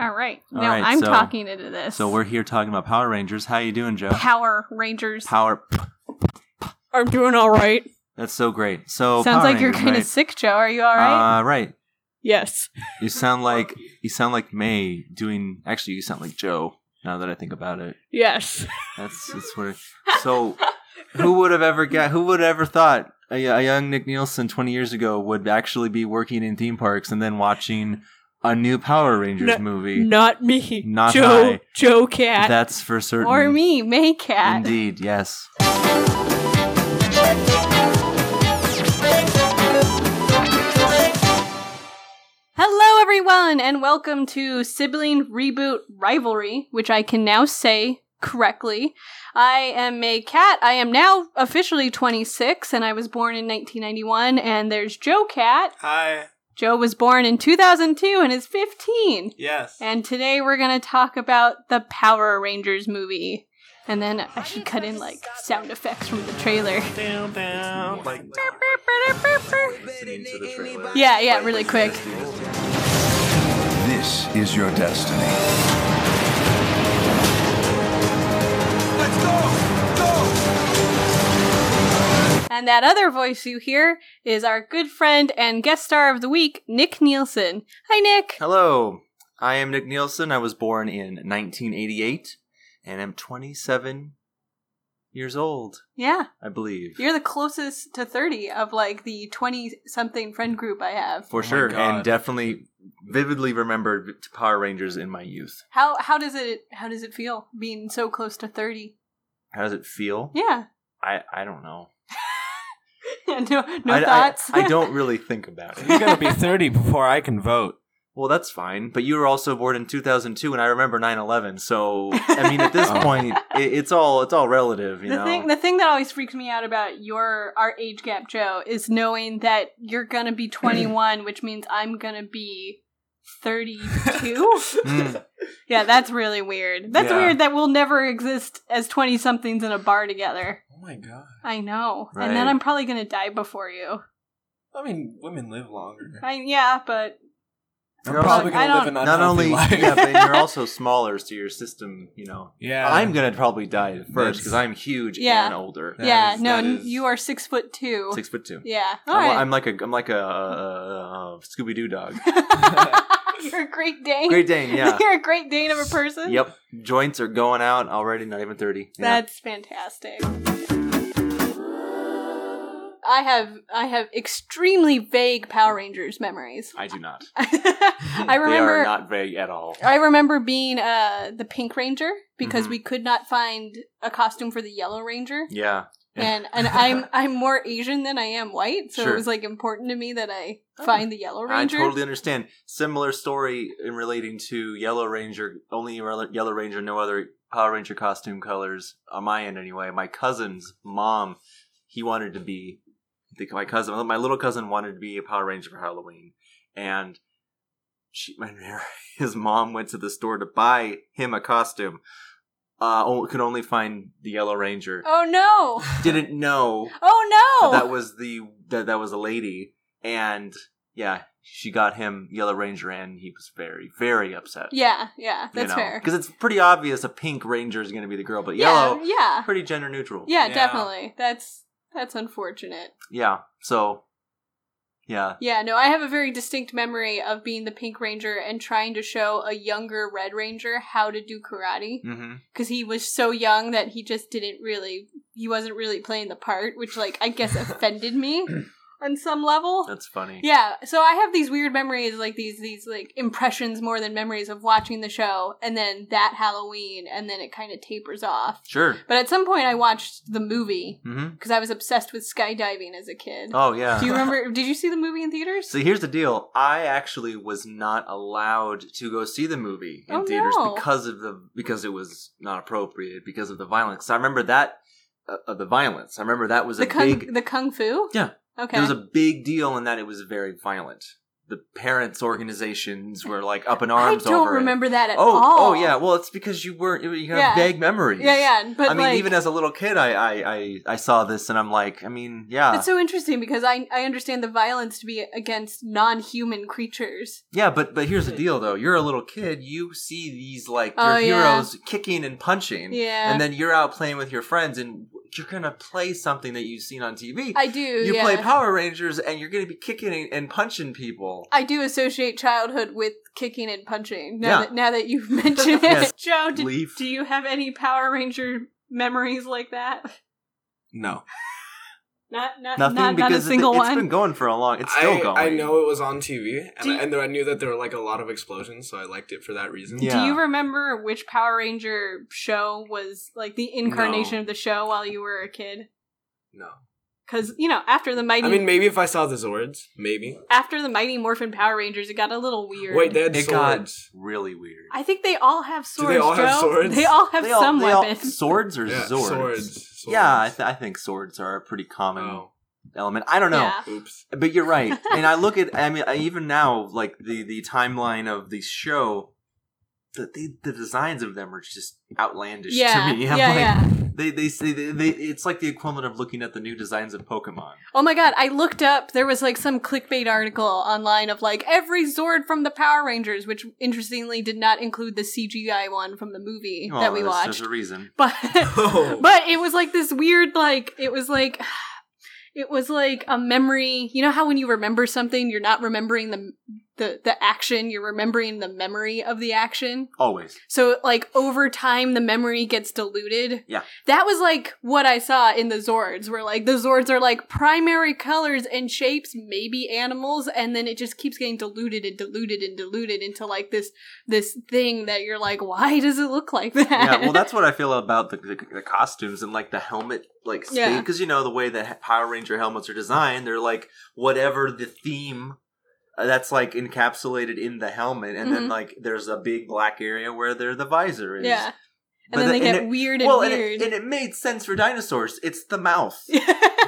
All right. All now right, I'm so- talking into this. So we're here talking about Power Rangers. How you doing, Joe? Power Rangers. Power. I'm doing all right. That's so great. So Sounds Oh, Power like you're Rangers, kind of right? sick, Joe. Are you all right? Uh, right. yes. You sound like you sound like May doing. Actually, you sound like Joe. Now that I think about it, Yes. that's that's what. It, so, who would have ever got? Who would have ever thought a, a young Nick Nielsen twenty years ago would actually be working in theme parks and then watching a new Power Rangers No- movie? Not me. Not Joe. I. Joe Cat. That's for certain. Or me, Maycat. Indeed, yes. Hello, everyone, and welcome to Sibling Reboot Rivalry, which I can now say correctly. I am a cat. I am now officially 26, and I was born in 1991. And there's Joe Cat. Hi. Joe was born in 2002 and is 15. Yes. And today we're going to talk about the Power Rangers movie. And then I should cut in like sound effects from the trailer. down, down. Like, Listening to the trailer. Yeah, yeah, really quick. This is your destiny. And that other voice you hear is our good friend and guest star of the week, Nick Nielsen. Hi, Nick. Hello, I am Nick Nielsen. I was born in 1988 and am 27 years old, Yeah, I believe. you're the closest to 30 of like the 20 something friend group I have. for my sure, God. and definitely vividly remembered Power Rangers in my youth. How how does it how does it feel being so close to 30? How does it feel? Yeah. I, I don't know. no no I, I- thoughts. I, don't really think about you're it. going to be 30 before I can vote. well, that's fine, but you were also born in 2002, and I remember 9/11. So I mean, at this Oh. point, it, it's all it's all relative, you the know. thing the thing that always freaks me out about your our age gap joe is knowing that you're gonna be 21 which means i'm gonna be 32 Hmm. Mm. yeah that's really weird that's Yeah. weird that we'll never exist as 20 somethings in a bar together Oh my god. i know and then Right. i'm probably gonna die before you I mean, women live longer. I, yeah but I'm You're probably also- I going to live don't- an not unhealthy only life. yeah, but you're also smaller, so your system, you know. Yeah. I'm gonna probably die first That's- because I'm huge Yeah. and older, That yeah is- no that n- is- you are six foot two six foot two. yeah all I'm, right I'm like a I'm like a uh, uh, Scooby Doo dog. you're a great dane Great Dane, yeah. you're a great dane of a person yep, joints are going out already. Not even thirty. Yeah. That's fantastic. I have I have extremely vague Power Rangers memories. I do not. I they are remember not vague at all. I remember being uh the Pink Ranger because Mhm. we could not find a costume for the Yellow Ranger. Yeah, And and I'm I'm more Asian than I am white, so Sure. Oh. it was like important to me that I find the Yellow Ranger. I totally understand. Similar story in relating to Yellow Ranger. Only Re- Yellow Ranger, no other Power Ranger costume colors on my end anyway. My cousin's mom, he wanted to be I think my cousin, my little cousin, wanted to be a Power Ranger for Halloween, and she, his mom went to the store to buy him a costume. Uh, o- could only find the Yellow Ranger. oh no! Didn't know Oh but no! that was the that that was a lady, and yeah, she got him Yellow Ranger, and he was very very upset. yeah, yeah, that's fair. Because it's pretty obvious a pink ranger is going to be the girl, but Yeah, yellow yeah. pretty gender neutral. Yeah, Yeah. definitely. That's that's unfortunate. yeah. So yeah, Yeah, no, I have a very distinct memory of being the Pink Ranger and trying to show a younger Red Ranger how to do karate hmm because he was so young that he just didn't really he wasn't really playing the part, which like I guess offended me on some level. that's funny. Yeah, so I have these weird memories, like these these like impressions more than memories of watching the show, and then that Halloween, and then it kind of tapers off. Sure. But at some point, I watched the movie hmm because I was obsessed with skydiving as a kid. Oh yeah. Do you remember? did you see the movie in theaters? So here's the deal. I actually was not allowed to go see the movie in Oh, theaters no. because of the because it was not appropriate because of the violence. I remember that uh, uh, the violence. I remember that was the a kung big the kung fu. Yeah. Okay. there was a big deal in that it was very violent. the parents' organizations were like up in I arms don't over it. remember that at oh, all. oh yeah. Well, it's because you weren't. You have Yeah. vague memories. Yeah, yeah. But I mean, like, even as a little kid, I, I I I saw this and I'm like, I mean, yeah, It's so interesting because I I understand the violence to be against non-human creatures. yeah. But but here's the deal, though. You're a little kid. You see these like your Oh, yeah. heroes kicking and punching, Yeah. and then you're out playing with your friends, and you're gonna play something that you've seen on TV. I do. you yeah. play Power Rangers, and you're gonna be kicking and- and punching people. I do associate childhood with kicking and punching. Now Yeah. that now that you've mentioned it, Yes. Joe, did, Leaf. do you have any Power Ranger memories like that? No. Not not Nothing not, because not a it- single it's one. been going for a long. It's still I, going. I know it was on TV, and, Do you- and I knew that there were like a lot of explosions, so I liked it for that reason. Yeah. Do you remember which Power Ranger show was like the incarnation No. of the show while you were a kid? No, Because you know, after the mighty, I mean maybe if I saw the Zords, maybe. after the Mighty Morphin Power Rangers, it got a little weird. Wait, they had It got swords. really weird. I think they all have Do swords. they all have Joe. swords? They all have They all- some they all- weapon. swords or Yeah, zords? swords. Yeah, I, Swords. th- I think swords are a pretty common Oh, element. I don't know, Yeah. oops. but you're right. and I look at, I mean, I, even now, like the the timeline of the show, the, the the designs of them are just outlandish Yeah, to me. yeah, I'm like, yeah. They they say they, they it's like the equivalent of looking at the new designs of Pokemon. Oh my god, I looked up, there was like some clickbait article online of like every Zord from the Power Rangers, which interestingly did not include the CGI one from the movie Well, that we there's, watched. There's a reason. but Oh. but it was like this weird like it was like it was like a memory. You know how when you remember something, you're not remembering the the the action, you're remembering the memory of the action. Always. So like over time the memory gets diluted. Yeah. That was like what I saw in the Zords, where like the Zords are like primary colors and shapes, maybe animals, and then it just keeps getting diluted and diluted and diluted into like this this thing that you're like, why does it look like that? yeah, well, that's what I feel about the, the, the costumes and like the helmet, like Yeah. because you know the way that Power Ranger helmets are designed, they're like whatever the theme uh, that's like encapsulated in the helmet, and then Mhm. like there's a big black area where there the visor is. Yeah. And But then the- they get it- weird and well, weird. And, it, and it made sense for dinosaurs. It's the mouth,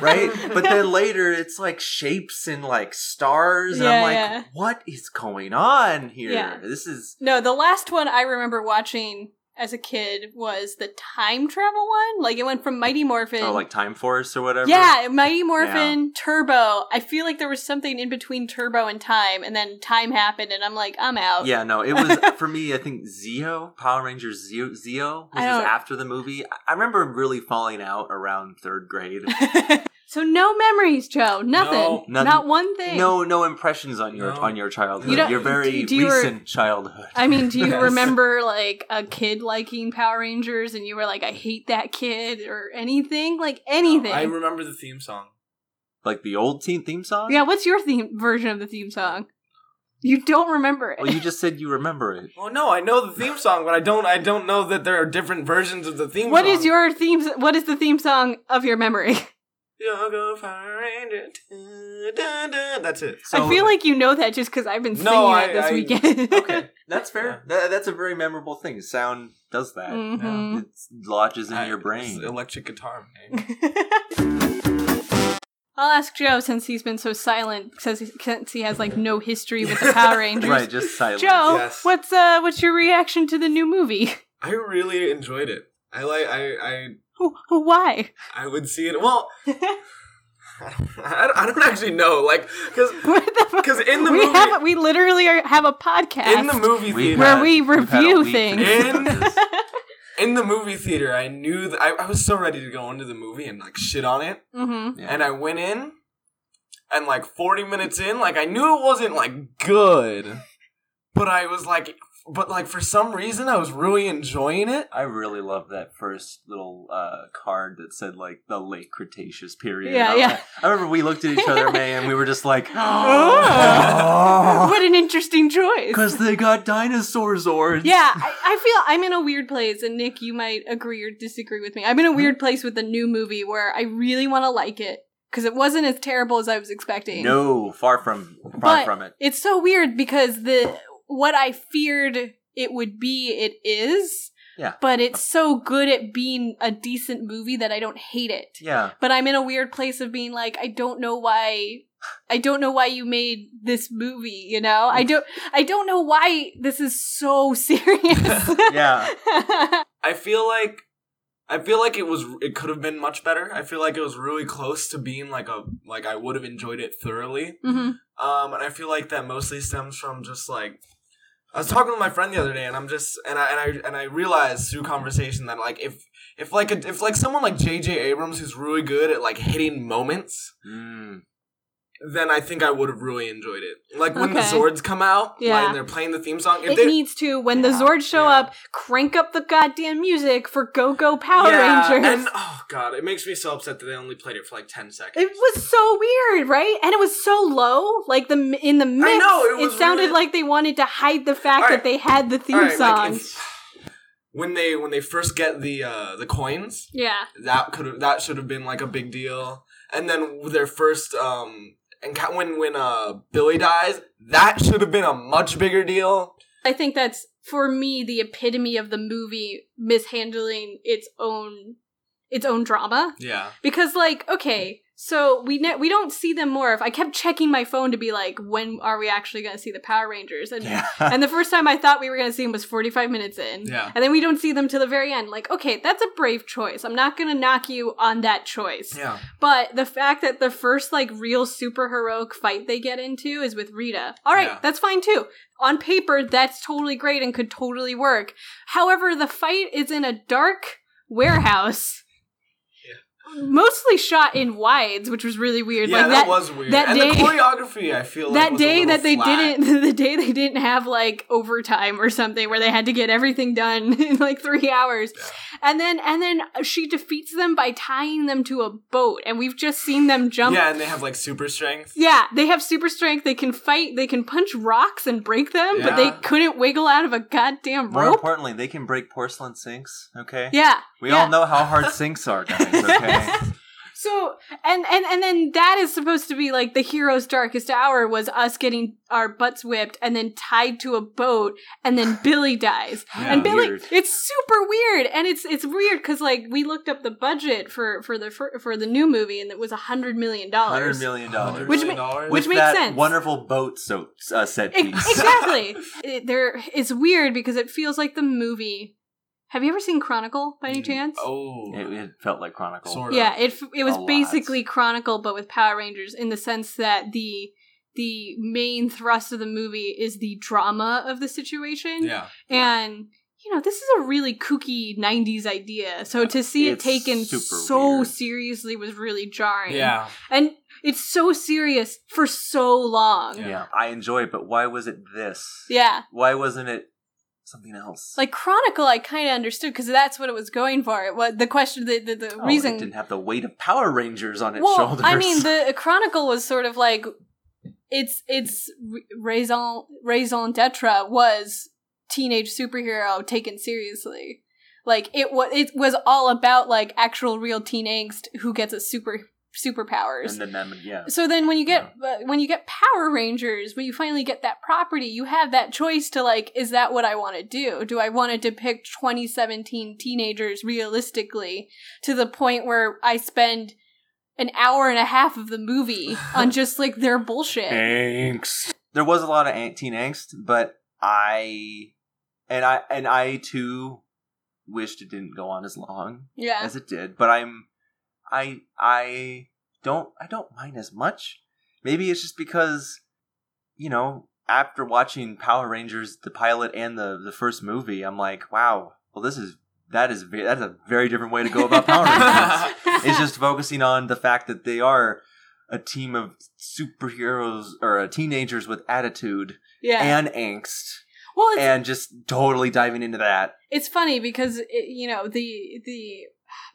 right? but then later, it's like shapes and like stars, and Yeah, I'm like, yeah. what is going on here? Yeah. This is No, the last one I remember watching as a kid was the time travel one. Like it went from Mighty Morphin oh, like Time Force or whatever. Yeah, Mighty Morphin, Turbo. I feel like there was something in between Turbo and Time, and then Time happened, and I'm like, I'm out. Yeah, no, it was for me. I think Zeo, Power Rangers Zeo, Zeo which I was don't- after the movie. I- I remember really falling out around third grade. so no memories, Joe. Nothing. No, nothing. Not one thing. no, no impressions on your No. on your childhood. You don't- your very do you- recent childhood. I mean, do you Yes. remember like a kid liking Power Rangers, and you were like, I hate that kid, or anything, like anything? I remember the theme song. like the old teen theme song. yeah. What's your theme version of the theme song? You don't remember it. Well, you just said you remember it. Well, no, I know the theme song, but I don't. I don't know that there are different versions of the theme. what song. is your theme? What is the theme song of your memory? You'll go Power Ranger. dun, dun, dun. That's it. So- I feel like you know that just because I've been singing No, I- it this I- weekend. Okay, that's fair. Tha- that's a very memorable thing. Sound does that. Mhm. It lodges in I- your it's brain. Electric guitar. Man. I'll ask Joe since he's been so silent since he, since he has like no history with the Power Rangers. Right, just silence. Joe, Yes. what's uh what's your reaction to the new movie? I really enjoyed it. I like. I. Wh- Why? I. I would see it. Well. I don't, I don't actually know, like, because What the fuck? because in the we movie, have we literally are, have a podcast in the movie We've theater, Where had- we we've had a review week to things. discuss In- this. in the movie theater, I knew that I, I was so ready to go into the movie and like shit on it, hmm Yeah. and I went in, and like forty minutes in, like I knew it wasn't like good, but I was like, but like for some reason, I was really enjoying it. I really love that first little uh, card that said like the late Cretaceous period. Yeah, I, yeah. I remember we looked at each other, man, and we were just like, What an interesting choice. because they got dinosaur zords. Yeah, I, I feel I'm in a weird place, and Nick, you might agree or disagree with me. I'm in a weird place with the new movie where I really want to like it because it wasn't as terrible as I was expecting. No, far from far But- from it. it's so weird because the what I feared it would be, it is. Yeah. But it's so good at being a decent movie that I don't hate it. Yeah. But I'm in a weird place of being like, I don't know why I don't know why you made this movie, you know? I don't I don't know why this is so serious. Yeah. I feel like I feel like it was it could have been much better. I feel like it was really close to being like a like I would have enjoyed it thoroughly. hmm Um, and I feel like that mostly stems from just like I was talking with my friend the other day, and I'm just and I and I and I realized through conversation that like if if like a, if like someone like J.J. Abrams who's really good at like hitting moments, Mm. then I think I would have really enjoyed it. Like when the Okay. Zords come out, Yeah. like, and they're playing the theme song. If It they, needs to when the Zords show yeah. up, crank up the goddamn music for Go Go Power yeah, Rangers. and oh god, it makes me so upset that they only played it for like ten seconds. It was so weird, right? And it was so low, like the m- in the mix. know, it it, was sounded really- like they wanted to hide the fact All right. that they had the theme All right, song. like, if- when they when they first get the uh the coins, yeah, that could have that should have been like a big deal. And then their first um and ca- when when uh Billy dies, that should have been a much bigger deal. I think that's for me the epitome of the movie mishandling its own its own drama Yeah. because, like, okay, so we ne- we don't see them more. If I kept checking my phone to be like, when are we actually going to see the Power Rangers? And Yeah. and the first time I thought we were going to see them was 45 minutes in. Yeah. And then we don't see them till the very end. Like, okay, that's a brave choice. I'm not going to knock you on that choice. Yeah. But the fact that the first, like, real super heroic fight they get into is with Rita. All right, Yeah. that's fine too. On paper, that's totally great and could totally work. However, the fight is in a dark warehouse. Mostly shot in wides, which was really weird. yeah, like that, that, was weird. that and day- the choreography, I feel like, that was a day little that they flat. didn't the day they didn't have like overtime or something where they had to get everything done in like 3 hours. And then and then she defeats them by tying them to a boat and we've just seen them jump Yeah, and they have like super strength. Yeah, they have super strength. They can fight. They can punch rocks and break them, but they Yeah. couldn't wiggle out of a goddamn More rope. importantly, they can break porcelain sinks. Okay. Yeah, We yeah. all know how hard sinks are, guys. Okay. So and and and then that is supposed to be like the hero's darkest hour was us getting our butts whipped and then tied to a boat and then Billy dies. Yeah. and Billy Weird. it's super weird and it's it's weird cuz like we looked up the budget for for the for, for the new movie and it was a 100 million Hundred dollars. million dollars. Which Billion ma- dollars. which With makes that sense. Wonderful boat so uh, set E- piece. exactly. it, there it's weird because it feels like the movie Have you ever seen Chronicle by any Mm, chance? Oh. It, it felt like Chronicle. Sort of. Yeah, it f- it was a lot. basically Chronicle, but with Power Rangers in the sense that the the main thrust of the movie is the drama of the situation, Yeah. and you know this is a really kooky '90s idea. So to see it It's taken super so weird. seriously was really jarring. Yeah. and it's so serious for so long. Yeah. Yeah, yeah. I enjoy it, but why was it this? Why wasn't it something else? like Chronicle, I kind of understood because that's what it was going for. It was the question, the the, the Oh, reason it didn't have the weight of Power Rangers on its well, shoulders. I mean, the Chronicle was sort of like its its r- raison raison d'être was teenage superhero taken seriously. Like it was it was all about like actual real teen angst who gets a super superpowers. and then that, yeah. so then when you get uh, when you get Power Rangers, when you finally get that property, you have that choice to like is that what I want to do? Do I want to depict 2017 teenagers realistically to the point where I spend an hour and a half of the movie on just like their bullshit. angst. There was a lot of an- teen angst, but I and I and I too wished it didn't go on as long Yeah. as it did. But I'm I I don't I don't mind as much. Maybe it's just because you know after watching Power Rangers the pilot and the the first movie, I'm like, wow, well this is that is ve- that's a very different way to go about Power Rangers it's just focusing on the fact that they are a team of superheroes or uh, teenagers with attitude yeah. and angst well, it's, and just totally diving into that it's funny because it, you know the the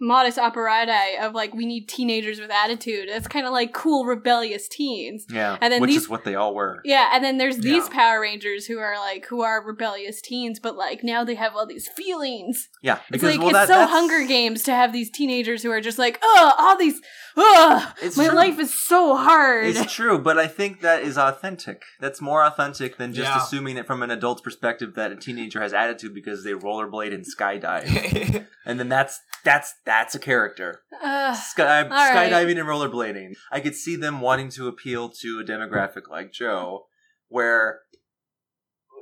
modest operandi of like we need teenagers with attitude. That's kind of like cool rebellious teens. yeah And then which these- is what they all were Yeah, and then there's these Yeah. Power Rangers who are like who are rebellious teens, but like now they have all these feelings. yeah It's because like well, it's that- so that's- Hunger Games to have these teenagers who are just like, oh, all these, oh, It's my true. life is so hard. it's true but i think that is authentic that's more authentic than just Yeah. assuming it from an adult's perspective that a teenager has attitude because they rollerblade and skydive just. and then that's that's that's that's a character. Ugh. Sky, right. Skydiving and rollerblading. I could see them wanting to appeal to a demographic like Joe, where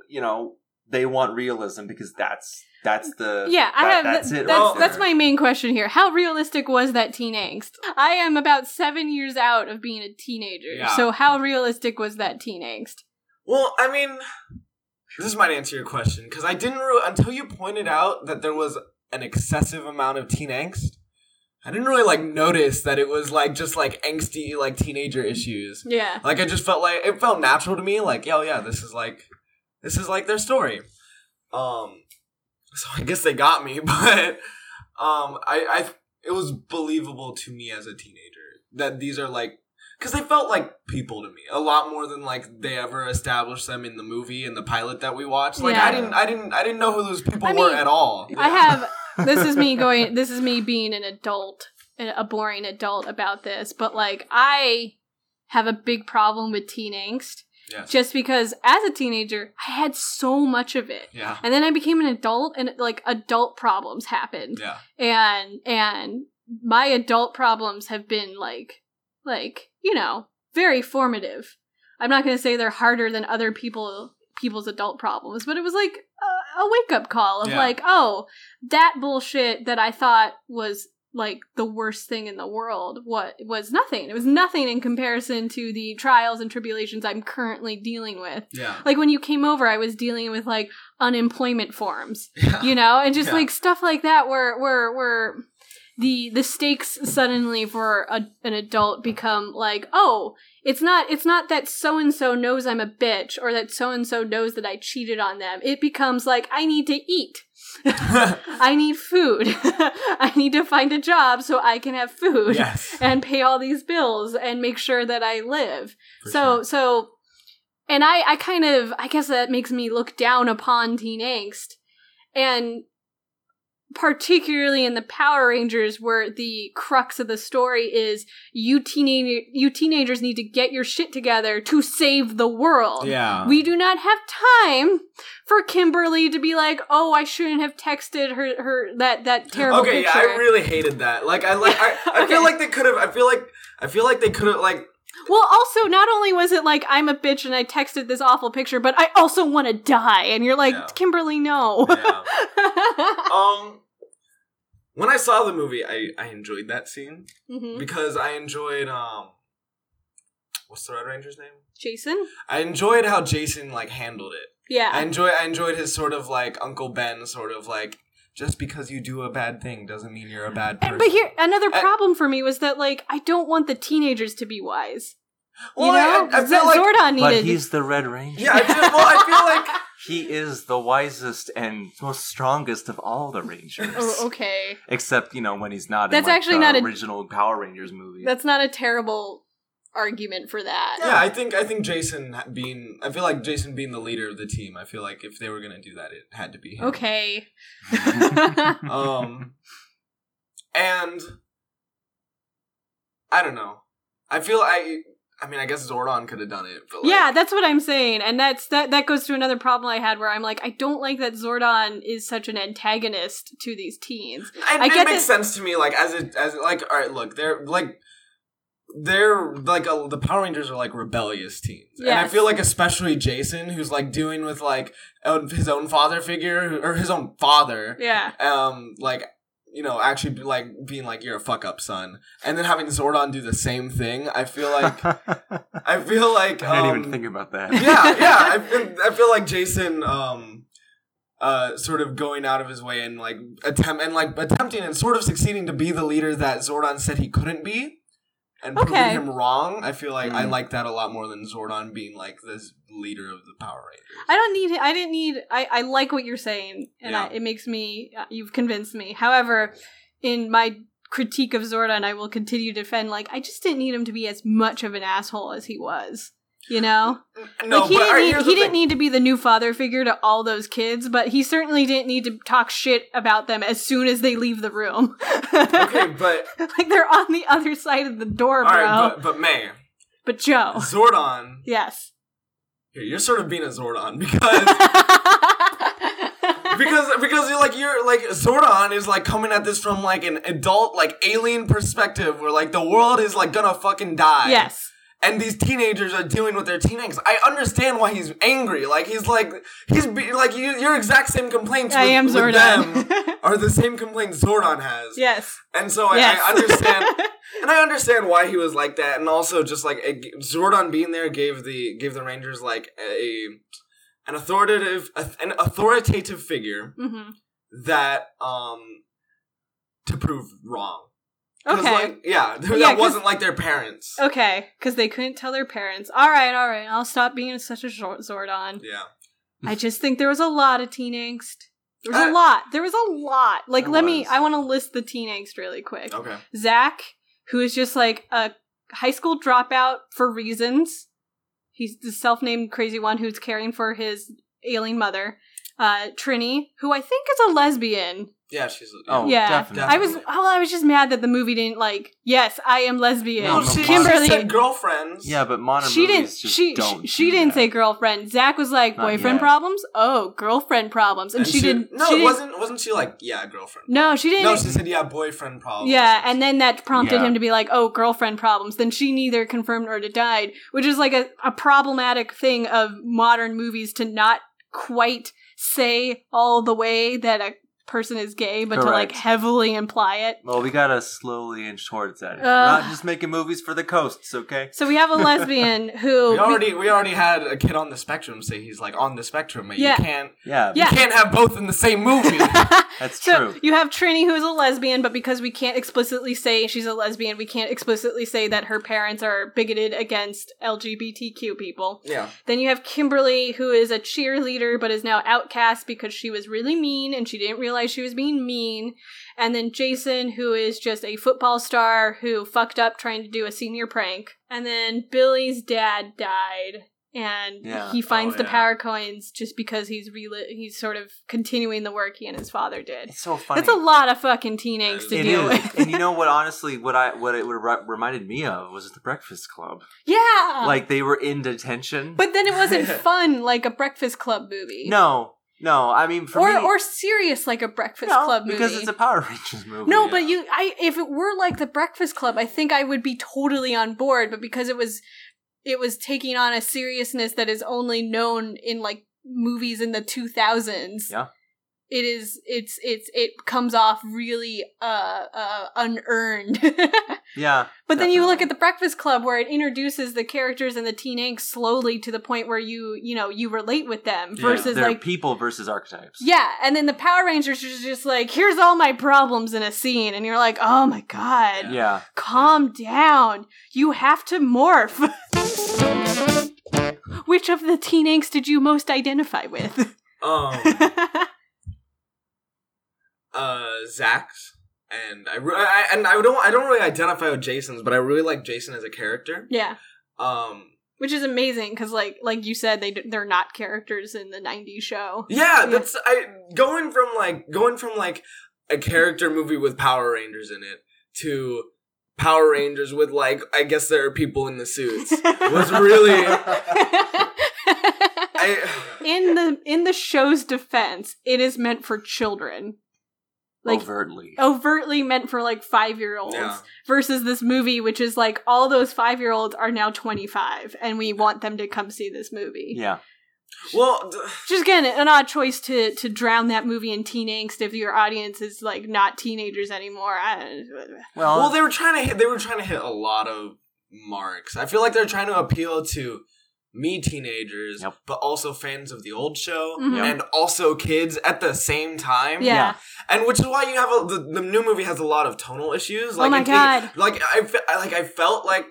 you know they want realism because that's that's the yeah, I that- have. that's it. That's, right that's there. my main question here. How realistic was that teen angst? I am about seven years out of being a teenager, Yeah. so how realistic was that teen angst? Well, I mean, this might answer your question because I didn't re- until you pointed out that there was an excessive amount of teen angst. I didn't really like notice that it was like just like angsty like teenager issues. Yeah. Like I just felt like it felt natural to me. Like, yo, yeah, this is like, this is like their story. Um, so I guess they got me, but um, I, I it was believable to me as a teenager that these are like, because they felt like people to me a lot more than like they ever established them in the movie and the pilot that we watched. Like Yeah. I didn't, I didn't, I didn't know who those people I were mean, at all. I have. This is me going. This is me being an adult, a boring adult about this. But like, I have a big problem with teen angst, Yes. just because as a teenager, I had so much of it, Yeah. and then I became an adult, and like adult problems happened, Yeah. and and my adult problems have been like, like you know, very formative. I'm not going to say they're harder than other people people's adult problems, but it was like a, a wake up call of Yeah. like, oh, that bullshit that I thought was like the worst thing in the world what was nothing it was nothing in comparison to the trials and tribulations i'm currently dealing with Yeah. like when you came over i was dealing with like unemployment forms Yeah. you know and just Yeah. like stuff like that where where where the the stakes suddenly for a, an adult become like oh it's not it's not that so and so knows i'm a bitch or that so and so knows that i cheated on them it becomes like i need to eat i need food i need to find a job so i can have food yes. and pay all these bills and make sure that I live. so so and I I kind of I guess that makes me look down upon teen angst and particularly in the Power Rangers where the crux of the story is you teenager you teenagers need to get your shit together to save the world. Yeah. We do not have time for Kimberly to be like, "Oh, I shouldn't have texted her her that that terrible okay, picture." yeah, I really hated that. Like, I like, I, I Okay. feel like they could have. I feel like, I feel like they could have. Like, Well, also, not only was it like I'm a bitch and I texted this awful picture, but I also want to die, and you're like, Yeah. Kimberly, no. yeah. um, when I saw the movie, I I enjoyed that scene Mhm. because I enjoyed um, what's the Red Ranger's name? Jason, I enjoyed how Jason like handled it. I yeah, enjoy I enjoyed his sort of like Uncle Ben sort of like just because you do a bad thing doesn't mean you're a bad person. Eh. And- Eh, but here another I- problem for me was that like I don't want the teenagers to be wise. well, you know, I, I, I Z- feel like Zordon needed. But he's the Red Ranger. yeah, I feel, well, I feel like He is the wisest and most strongest of all the Rangers. Oh, okay, Except, you know, when he's not That's in like, actually the not a- original Power Rangers movie. that's not a terrible argument for that. yeah, I think I think Jason being I feel like Jason being the leader of the team. I feel like if they were gonna do that, it had to be him. Okay. um and i don't know i feel i i mean i guess zordon could have done it but like, yeah, that's what I'm saying, and that's that. That goes to another problem I had, where I'm like, I don't like that Zordon is such an antagonist to these teens. I, I it get makes that- sense to me like as it as it- like all right look they're like they're like a, the power rangers are like rebellious teens and i Yes. feel like especially jason who's like doing with like own- his own father figure or his own father Yeah, um like you know actually be like being like you're a fuck up son and then having zordon do the same thing i feel like I feel like I didn't even um, think about that. yeah, yeah. I feel, I feel like Jason, um, uh, sort of going out of his way and like attempt and like attempting and sort of succeeding to be the leader that Zordon said he couldn't be, and Okay. proving him wrong. I feel like I Mm. like that a lot more than Zordon being like this leader of the Power Rangers. I don't need. I didn't need. I, I like what you're saying, and I, it makes me. uh, You've convinced me. However, in my critique of Zordon, I will continue to defend. Like I just didn't need him to be as much of an asshole as he was. You know, No, like he but didn't, all right, need, here's he the didn't thing. need to be the new father figure to all those kids, but he certainly didn't need to talk shit about them as soon as they leave the room. Okay, but like they're on the other side of the door, all bro. Oh. right, but, but but May Joe, Zordon. yes. Here, you're sort of being a Zordon because because because you're like you're like Zordon is like coming at this from like an adult like alien perspective where like the world is like gonna fucking die. yes. And these teenagers are dealing with their teen angst. I understand why he's angry. Like he's like he's be, like you, your exact same complaints. I with- am with Zordon. them are the same complaints Zordon has. yes. And so I, Yes. I understand, and I understand why he was like that, and also just like it, Zordon being there gave the gave the Rangers like a an authoritative an authoritative figure hmm that um to prove wrong. 'Cause, Okay. Like, yeah, that Yeah, 'cause- wasn't like their parents. Okay, because they couldn't tell their parents. All right, all right, I'll stop being such a Zor- Zordon. Yeah. I just think there was a lot of teen angst. There was a Uh, lot. There was a lot. Like, there let me. was. I want to list the teen angst really quick. Okay. Zach, who is just like a high school dropout for reasons. He's the self named crazy one who's caring for his ailing mother. Uh, Trini, who I think is a lesbian. Yeah, she's. Oh, Yeah. definitely. I was, oh, I was just mad that the movie didn't like. Yes, I am lesbian. No, Well, no, she, Kimberly- she said girlfriends. Yeah, but modern she didn't. movies just She don't. she, she do didn't that. say girlfriend. Zach was like Not boyfriend yet. problems. Oh, girlfriend problems, and, she, did. No, she it didn't- wasn't. Wasn't she like yeah, girlfriend? No, she didn't. No, she said yeah, boyfriend problem. yeah, and then that prompted Yeah. him to be like, "Oh, girlfriend problems." Then she neither confirmed nor denied, which is like a, a problematic thing of modern movies to not quite say all the way that a person is gay, but to like Correct. heavily imply it. Well, we gotta slowly inch towards that. We're Ugh. not just making movies for the coasts, okay? So we have a lesbian who we already we already had a kid on the spectrum say he's like on the spectrum, but Yeah. you can't Yeah, Yeah. you can't have both in the same movie. that's So true. you have Trini, who is a lesbian, but because we can't explicitly say she's a lesbian, we can't explicitly say that her parents are bigoted against LGBTQ people. yeah, Then you have Kimberly, who is a cheerleader, but is now outcast because she was really mean and she didn't realize she was being mean. And then Jason, who is just a football star who fucked up trying to do a senior prank. And then Billy's dad died. And Yeah. he finds Oh, the yeah. power coins just because he's reli- he's sort of continuing the work he and his father did. It's so funny. That's a lot of fucking teen That angst is- to It deal is. with. and you know what? Honestly, what I what it would re- reminded me of was the Breakfast Club. yeah. like they were in detention. Uh. but then it wasn't fun like a Breakfast Club movie. no, no. I mean, for Or me, or serious like a Breakfast no, Club movie. because it's a Power Rangers movie. no, yeah. but you I if it were like the Breakfast Club, I think I would be totally on board, but because it was it was taking on a seriousness that is only known in like movies in the 2000s. Yeah. It is it's it's it comes off really uh uh unearned. yeah, But then you look Definitely. at the Breakfast Club, where it introduces the characters and the teen angst slowly to the point where you, you know, you relate with them Yeah, versus they're like, people versus archetypes. yeah. And then the Power Rangers are just like, here's all my problems in a scene, and you're like, oh my god, yeah. calm down, you have to morph. Which of the teen angst did you most identify with? um, uh, Zach's, and I, re- I I- and I don't I don't really identify with Jason's, but I really like Jason as a character. yeah, Um, which is amazing because, like, like you said, they d- they're not characters in the '90s show. yeah, that's I going from like going from like a character movie with Power Rangers in it to Power Rangers with like I guess there are people in the suits was really I in the in the show's defense, it is meant for children. Like oh, overtly. overtly meant for like 5-year-olds yeah. versus this movie which is like all those 5-year-olds are now 25 and we want them to come see this movie. Yeah, Well, d- Just again an odd choice to to drown that movie in teen angst if your audience is like not teenagers anymore. I, well, well, they were trying to hit. They were trying to hit a lot of marks. I feel like they're trying to appeal to me teenagers, Yep. but also fans of the old show Mhm. Yep. and also kids at the same time. yeah. and which is why you have a, the the new movie has a lot of tonal issues. Like oh my it- it- god. like I, fe- I like I felt like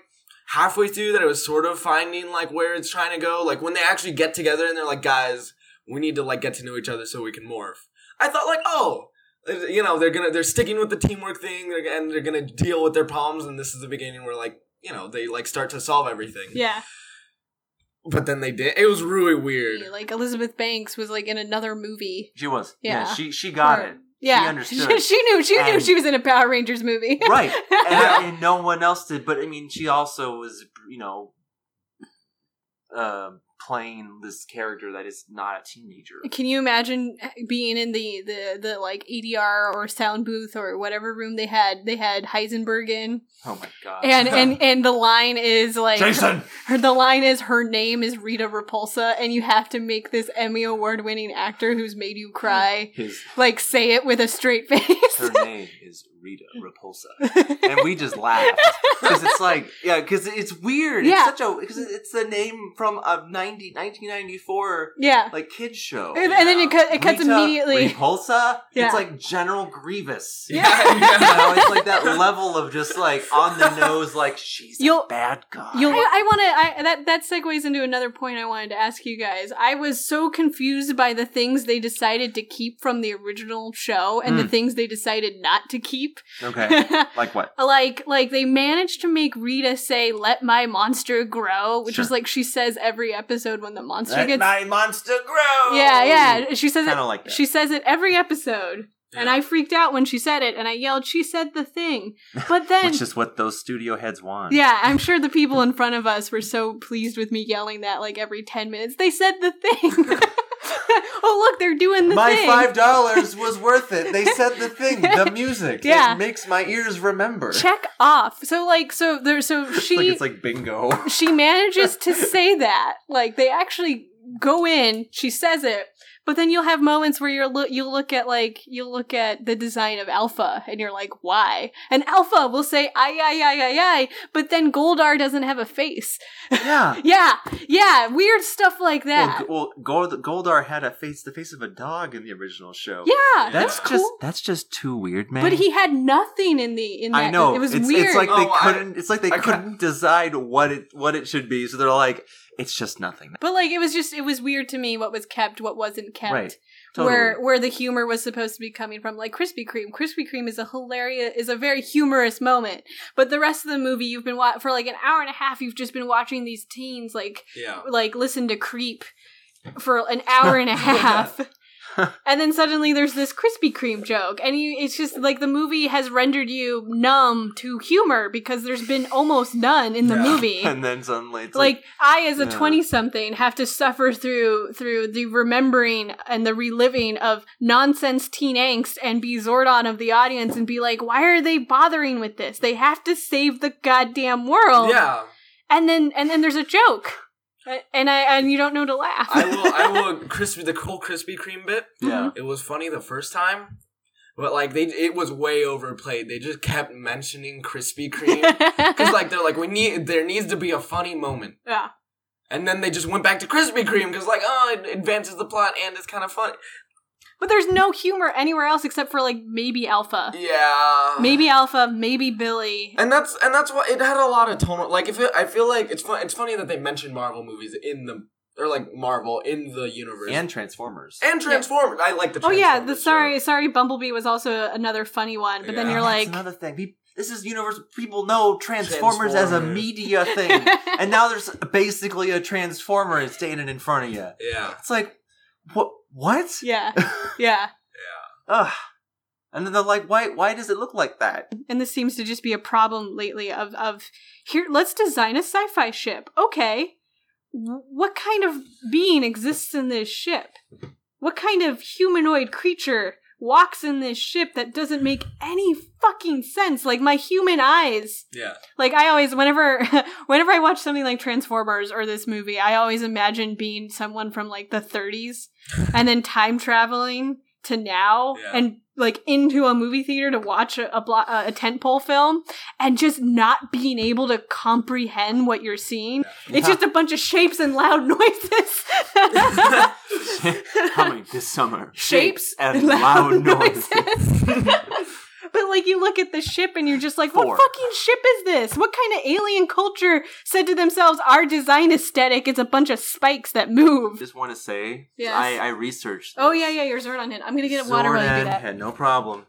halfway through that it was sort of finding like where it's trying to go. Like when they actually get together and they're like, guys, we need to like get to know each other so we can morph. I thought like, oh, you know, they're gonna they're sticking with the teamwork thing they're, and they're gonna deal with their problems. And this is the beginning where like you know they like start to solve everything. Yeah. But then they did. It was really weird. Like Elizabeth Banks was like in another movie. she was. Yeah. Yeah, she she got Or- it. Yeah, She understood. she knew. She knew And- she was in a Power Rangers movie. right and, Yeah. and no one else did but i mean she also was you know um playing this character that is not a teenager. Can you imagine uh, being in the, the, the like ADR or sound booth or whatever room they had? They had Heisenberg in, Oh my god. and and and the line is like Jason. Her, the line is her name is Rita Repulsa, and you have to make this Emmy award winning actor who's made you cry His like say it with a straight face. her name is Rita Repulsa, and we just laughed because it's like yeah, because it's weird. Yeah. It's such a because it's the name from uh, a 90, 1994 yeah, like kids show. and, and then it, cut, it cuts Oh, Rita immediately. Repulsa. Yeah. It's like General Grievous. Yeah. You know, it's like that level of just like on the nose, like she's You'll- a bad guy. You, I, I want to. I, that that segues into another point I wanted to ask you guys. I was so confused by the things they decided to keep from the original show and the Mm. things they decided not to keep. okay, like what? like, like they managed to make Rita say "Let my monster grow," which is Sure. like she says every episode when the monster Let gets. my monster grow. yeah, yeah. She says Kind it. of like that. She says it every episode. And Yeah. I freaked out when she said it, and I yelled, "She said the thing!" But then, which is what those studio heads want. Yeah, I'm sure the people in front of us were so pleased with me yelling that like every 10 minutes. They said the thing. oh, look, they're doing the my thing. five dollars was worth it. They said the thing, the music. Yeah. It makes my ears remember. Check off. So like so there so It's she like it's like bingo. she manages to say that. Like they actually go in, she says it. But then you'll have moments where you're look you'll look at like you'll look at the design of Alpha and you're like, why? And Alpha will say ay ay ay ay ay, but then Goldar doesn't have a face. yeah. Yeah, yeah, weird stuff like that. Well, G- well Gold- Goldar had a face the face of a dog in the original show. Yeah, Yeah. that's, That's cool. just that's just too weird, man. but he had nothing in the in that. I know It was it's, weird. It's like they Oh, I- couldn't. it's like they I ca- couldn't decide what it what it should be. So they're like, it's just nothing. but like it was just it was weird to me what was kept, what wasn't kept. Right. Totally. Where where the humor was supposed to be coming from, like Krispy Kreme. Krispy Kreme is a hilarious, is a very humorous moment. But the rest of the movie, you've been wa- for like an hour and a half. You've just been watching these teens like Yeah. like listen to Creep for an hour and a half. And then suddenly there's this Krispy Kreme joke, and you, it's just like the movie has rendered you numb to humor because there's been almost none in the Yeah. movie. and then suddenly it's like like, I, as a Yeah. twenty-something, have to suffer through through the remembering and the reliving of nonsense teen angst, and be Zordon of the audience, and be like, "Why are they bothering with this? They have to save the goddamn world." Yeah. and then and then there's a joke, A- and I and you don't know to laugh. I will. I will. Crispy. The whole Krispy Kreme bit. yeah. It was funny the first time, but like they, it was way overplayed. They just kept mentioning Krispy Kreme because like they're like we need there needs to be a funny moment, yeah, and then they just went back to Krispy Kreme because like oh it advances the plot and it's kind of funny. but there's no humor anywhere else except for like maybe Alpha. Yeah. Maybe Alpha, maybe Billy. And that's and that's why it had a lot of tonal. Like if it, I feel like it's fun, it's funny that they mentioned Marvel movies in the or like Marvel in the mm-hmm. universe and Transformers. and Transformers. I like the. Oh yeah, the Transformers sorry, joke. sorry, Bumblebee was also another funny one. But then Yeah. you're Oh, like, that's another thing. Pe- This is universal. People know Transformers, as a Transformers. media thing, and now there's basically a Transformer standing in front of you. Yeah. It's like, what? What? yeah, yeah. Ugh. And then they're like, why? Why does it look like that? And this seems to just be a problem lately. Of of here, let's design a sci-fi ship. Okay, W- what kind of being exists in this ship? What kind of humanoid creature walks in this ship that doesn't make any fucking sense? Like my human eyes Yeah. like i always whenever whenever i watch something like transformers or this movie i always imagine being someone from like the 30s and then time traveling to now Yeah. and like into a movie theater to watch a, a, blo- a a tentpole film and just not being able to comprehend what you're seeing it's just a bunch of shapes and loud noises Coming this summer. shapes and loud noises. but like you look at the ship and you're just like, what Four. fucking ship is this? What kind of alien culture said to themselves, our design aesthetic is a bunch of spikes that move? Just want to say, Yes. I, I researched. Oh yeah, yeah, you're Zordon hit. I'm gonna get Zordan water while you do that. had no problem.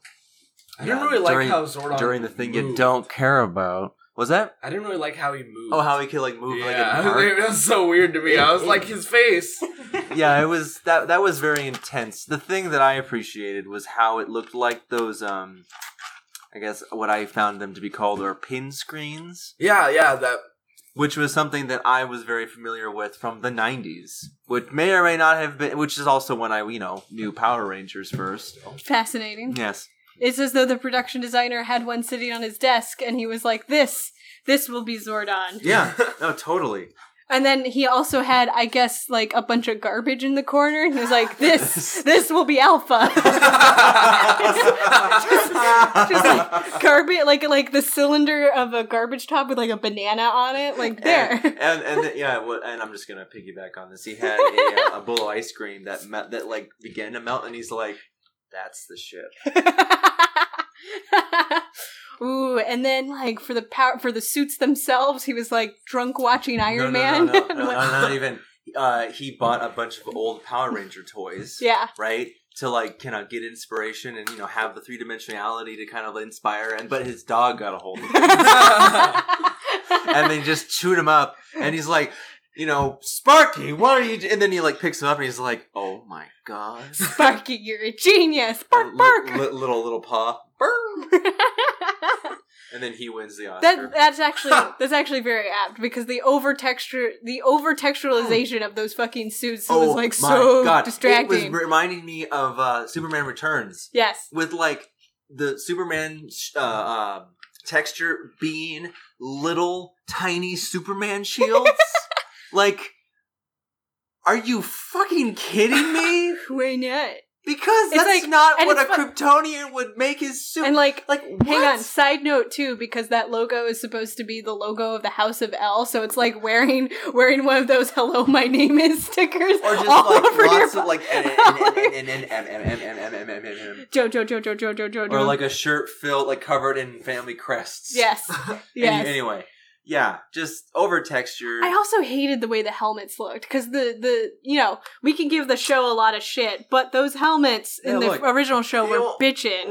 I didn't Yeah, really like during- how Zordon during the thing you moved. don't care about. Was that? I didn't really like how he moved. Oh, how he could like move yeah, like an that was so weird to me. I was like his face. arc. yeah, it was that. That was very intense. The thing that I appreciated was how it looked like those. Um, I guess what I found them to be called are pin screens. yeah, yeah, that which was something that I was very familiar with from the 90s, which may or may not have been, which is also when I, you know, knew Power Rangers first. Fascinating. Yes. It's as though the production designer had one sitting on his desk and he was like, This, this will be Zordon. Yeah. No, totally. And then he also had, I guess, like a bunch of garbage in the corner. And he was like, This, this will be Alpha. just, just like garbage, like like the cylinder of a garbage top with like a banana on it, like there. And and, and yeah, well, and I'm just gonna piggyback on this. He had a, uh, a bowl of ice cream that melt that like began to melt, and he's like, "That's the ship." Ooh, and then like for the power for the suits themselves, he was like drunk watching Iron no, Man. No, no, no, no, no, not even. Uh, he bought a bunch of old Power Ranger toys. yeah. right? To like kind of get inspiration and you know have the three dimensionality to kind of inspire. And but his dog got a hold of him and they just chewed him up. And he's like, you know, Sparky, what are you? do-" And then he like picks him up and he's like, oh my god, Sparky, you're a genius. Bark, bark. Li- li- little little paw, and then he wins the Oscar. that that's actually that's actually very apt because the over texture the over textualization of those fucking suits was like so distracting. Oh It was reminding me of uh, Superman Returns yes. with like the Superman sh- uh, uh, texture being little tiny Superman shields. like, are you fucking kidding me? Why not? Because It's that's like- not and what a it's fu- Kryptonian would make his suit. And like like, Hang what? on, side note too, because that logo is supposed to be the logo of the House of L, so it's like wearing wearing one of those "Hello, my name is" stickers Or just all like over your lots bo- of like and- and- and- and- and- and- and- and- and- and- and- and- and- and- Joe, Joe, Joe, Joe, Joe, Joe, Joe, or Joe. like a shirt filled like covered in family crests. yes, Any- yes. Anyway, yeah, just over texture. I also hated the way the helmets looked because the the you know we can give the show a lot of shit, but those helmets in Yeah, the look. original show Yeah, were well- bitching.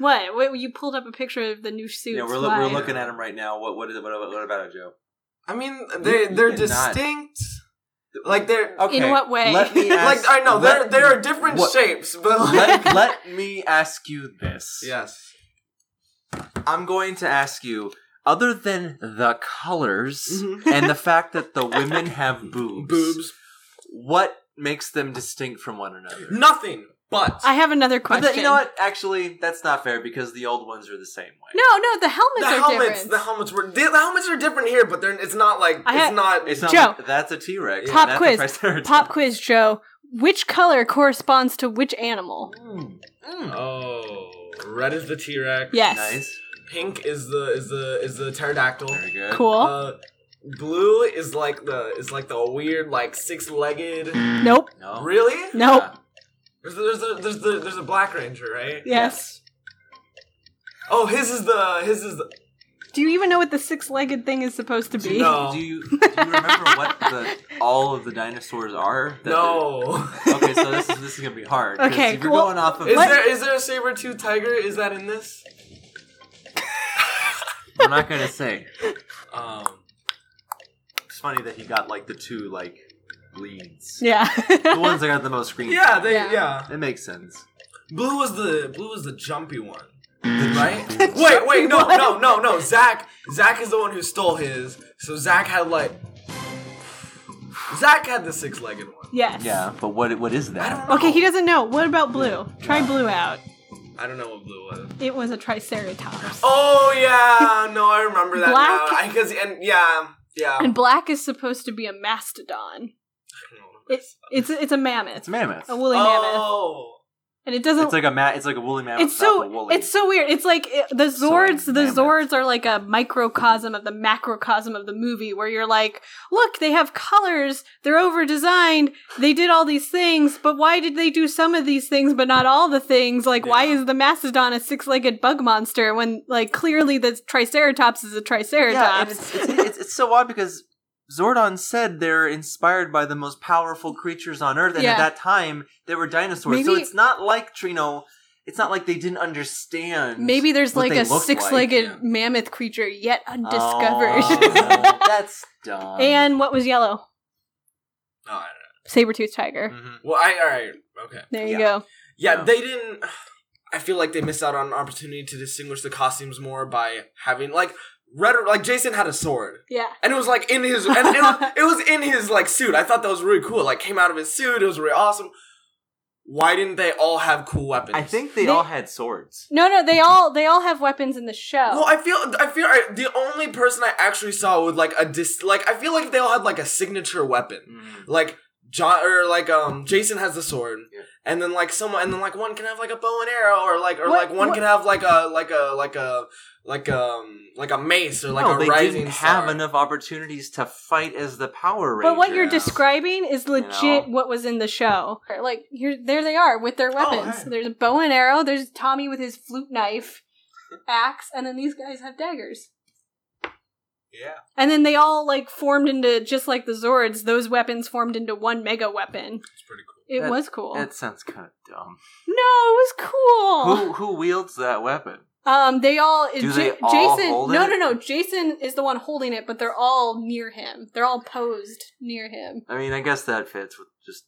Well, what? Wait, you pulled up a picture of the new suits? Yeah, we're, loo- Why? we're looking at him right now. What what is it? What, about- what about it, Joe? I mean, they You- they're you cannot. distinct. Like they're In what way? Let me ask, like I know there let, there are different what- shapes, but like, let, let me ask you this. yes, I'm going to ask you. Other than the colors Mm-hmm. and the fact that the women have boobs, boobs, what makes them distinct from one another? nothing but I have another But question. that- you know what? Actually, that's not fair because the old ones are the same way. No, no, the helmets the are helmets. different. The helmets were the, the helmets are different here, but they're it's not like I had- it's not. It's not Joe. like that's a T Rex. Pop quiz. Pop quiz, Joe. Which color corresponds to which animal? oh, red is the T Rex. Yes. Nice. Pink is the is the is the pterodactyl. Very good. Cool. Uh, blue is like the is like the weird like six legged. nope. No. Really? Nope. Yeah. There's a, there's a, there's the there's a black ranger, right? Yes. Oh, his is the his is the Do you even know what the six-legged thing is supposed to be? No. Do you, do you remember what the, all of the dinosaurs are? That no. they're- Okay, so this is this is gonna be hard. 'cause Okay, If you're cool. going off of Is there is there a saber tooth tiger? Is that in this? I'm not gonna say. Um, It's funny that he got like the two like leads. Yeah. The ones that got the most screen. yeah, they Yeah. yeah. It makes sense. Blue was the blue was the jumpy one, Right? Wait, wait, no, no, no, no. Zach Zach is the one who stole his. So Zach had like Zach had the six legged one. yes. yeah, Oh. but what what is I that? don't know. Okay, he doesn't know. What about blue? Try blue out. I don't know what blue was. It was a triceratops. Oh yeah, no, I remember that Black- now. Because and yeah, yeah. And black is supposed to be a mastodon. It's it's a- it's a mammoth. It's a mammoth. A woolly mammoth. oh, And it doesn't It's like a ma- it's like a woolly mammoth. it's so without the woolly. it's so weird. It's like it, the Sorry, Zords. the mammoth. Zords are like a microcosm of the macrocosm of the movie, where you're like, look, they have colors. They're over designed. They did all these things, but why did they do some of these things but not all the things? Like, why is the mastodon a six legged bug monster when like clearly the triceratops is a yeah, and triceratops? it's, it's, it's, it's so odd because Zordon said they're inspired by the most powerful creatures on Earth, and Yeah. at that time there were dinosaurs. so Maybe- it's not like Trino. It's not like they didn't understand. Maybe there's what like they a look like, six legged yeah. mammoth creature yet undiscovered. Oh, that's dumb. and what was yellow? no, I Saber tooth tiger. Mhm. don't know. Well, I all right, okay. There you Yeah. go. Yeah, Yeah. they didn't. I feel like they missed out on an opportunity to distinguish the costumes more by having like Red like Jason had a sword. Yeah. And it was like in his, and it was, it was in his like suit. I thought that was really cool. It, like came out of his suit. It was really awesome. Why didn't they all have cool weapons? I think they, They- all had swords. No, no, they all they all have weapons in the show. Well, I feel I feel I, the only person I actually saw with like a dis like I feel like they all had like a signature weapon, Mm-hmm. like John or like um Jason has the sword, Yeah. and then like someone and then like one can have like a bow and arrow or like or What- like one what- can have like a like a like a like um like a mace or like no, a they rising didn't star. have enough opportunities to fight as the Power Rangers. but what you're describing is legit know. Oh, what was in the show. Like here, there they are with their weapons. hey. There's a bow and arrow. There's Tommy with his flute knife, axe, and then these guys have daggers. Yeah. And then they all like formed into just like the Zords. Those weapons formed into one mega weapon. It's pretty cool. It That- was cool. That sounds kind of dumb. No, it was cool. Who who wields that weapon? Um, they all. Do J- they all Jason? hold no, it? no, no. Jason is the one holding it, but they're all near him. They're all posed near him. I mean, I guess that fits with just.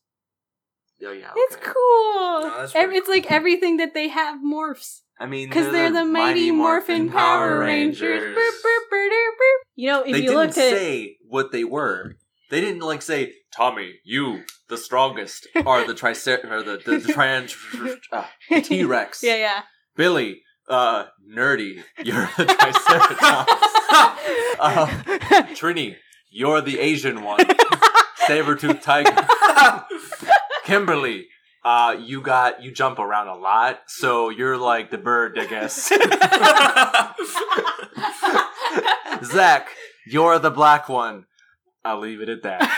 Oh yeah, It's okay. cool. No, that's Ev- pretty it's like everything that they have morphs I mean, because they're, the, Mighty Morphin, Power Rangers. Burp, burp, burp, burp, burp. You know, if they you didn't looked at say what they were. They didn't like say Tommy, you the strongest, or the tricer- or the the, the trans uh, T Rex. yeah, yeah. Billy, uh, nerdy, you're the Triceratops. Uh, Trini, you're the Asian one. Sabertooth tiger. Kimberly, uh, you got you jump around a lot, so you're like the bird, I guess. Zach, you're the black one. I'll leave it at that.